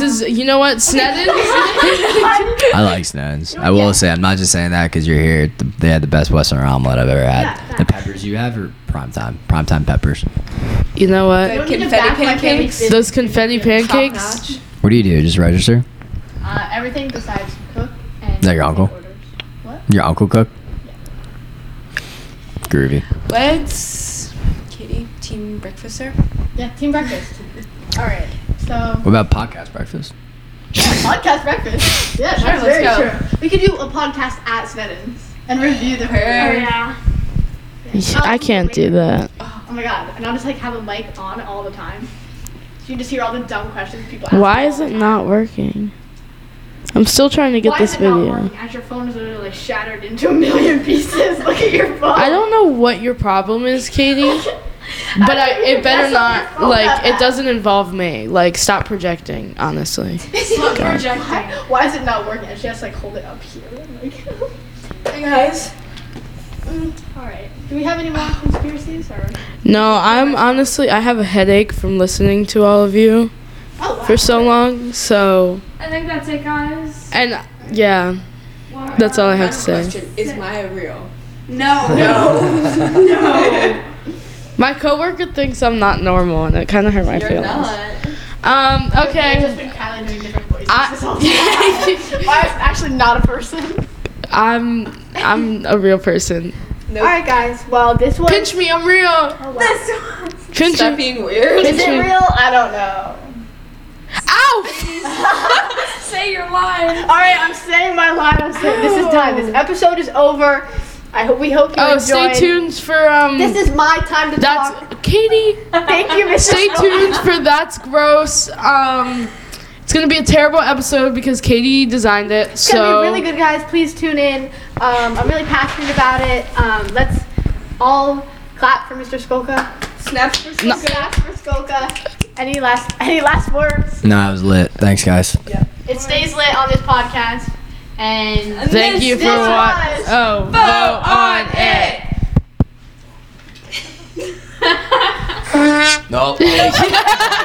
[laughs]
is, you know what, Sneddon's.
I like Snowns. I will say, I'm not just saying that because you're here. Th- They had the best Western omelet I've ever had.
Yeah,
the peppers you have are prime time. Prime time peppers.
you know
You
what?
don't need to
Confetti
back my family
pancakes?
business.
Those confetti pancakes.
Top notch.
What do you do? Just register?
Uh, everything besides cook and.
that your uncle?
take orders.
Your uncle cook? Groovy.
Let's, Katie, team breakfaster.
Yeah, team breakfast. All right,
[laughs]
so
What about podcast breakfast?
podcast breakfast. Yeah,
Sure,
that's
let's
very
go.
true. We could do a podcast at Sneddon's and review the. Oh
I can't do that.
my god! And I'll just like have a mic on all the time. So you just hear all the dumb questions people ask.
Why
all
is
the
it
time.
not working? I'm still trying to
Why
get this
is it not
video.
working? As your phone is literally like shattered into a million pieces. [laughs] Look at your phone. [laughs]
I don't know what your problem is, Katie. But I, it better not like it doesn't involve me. Like stop projecting, honestly.
Stop
projecting.
Why, why is it not working? And she has to like hold it up here. [laughs] Like,
Hey guys.
all right. Do we have any more conspiracies or?
No, I'm honestly I have a headache from listening to all of you
Oh, wow.
for so long. So
I think that's it, guys.
and yeah, that's all I have to say.
Question, is Maya real?
My coworker thinks I'm not normal, and it kind of hurt my
You're
feelings.
not.
Um.
I've just
Okay.
been Kylie doing different voices.
I-
this whole
[laughs]
time. Why is it actually not a [laughs] person?
I'm I'm a real person.
All right, guys. Well, this was.
Pinch me, I'm real.
Oh, wow.
Pinch
Stop
me.
being weird.
Is it
me.
real? I don't know.
Ow!
Say your line.
All right, I'm saying my line. I'm saying this is done. This episode is over. I hope we hope you
Oh,
enjoyed.
stay tuned for um.
This is my time to talk.
that's Katie.
Thank you, Mr. [laughs]
[laughs] stay
Snow.
tuned for that's gross um it's gonna be a terrible episode because katie designed it
It's gonna
so
be really good, guys. Please tune in. Um, I'm really passionate about it. Um, let's all clap for Mr. Skolka.
Snaps for
No.
Clap for Skolka. Any last any last words?
No, I was lit. Thanks, guys.
It stays lit on this podcast. And
thank you for
this
watching
was
oh vote on it.
Oh,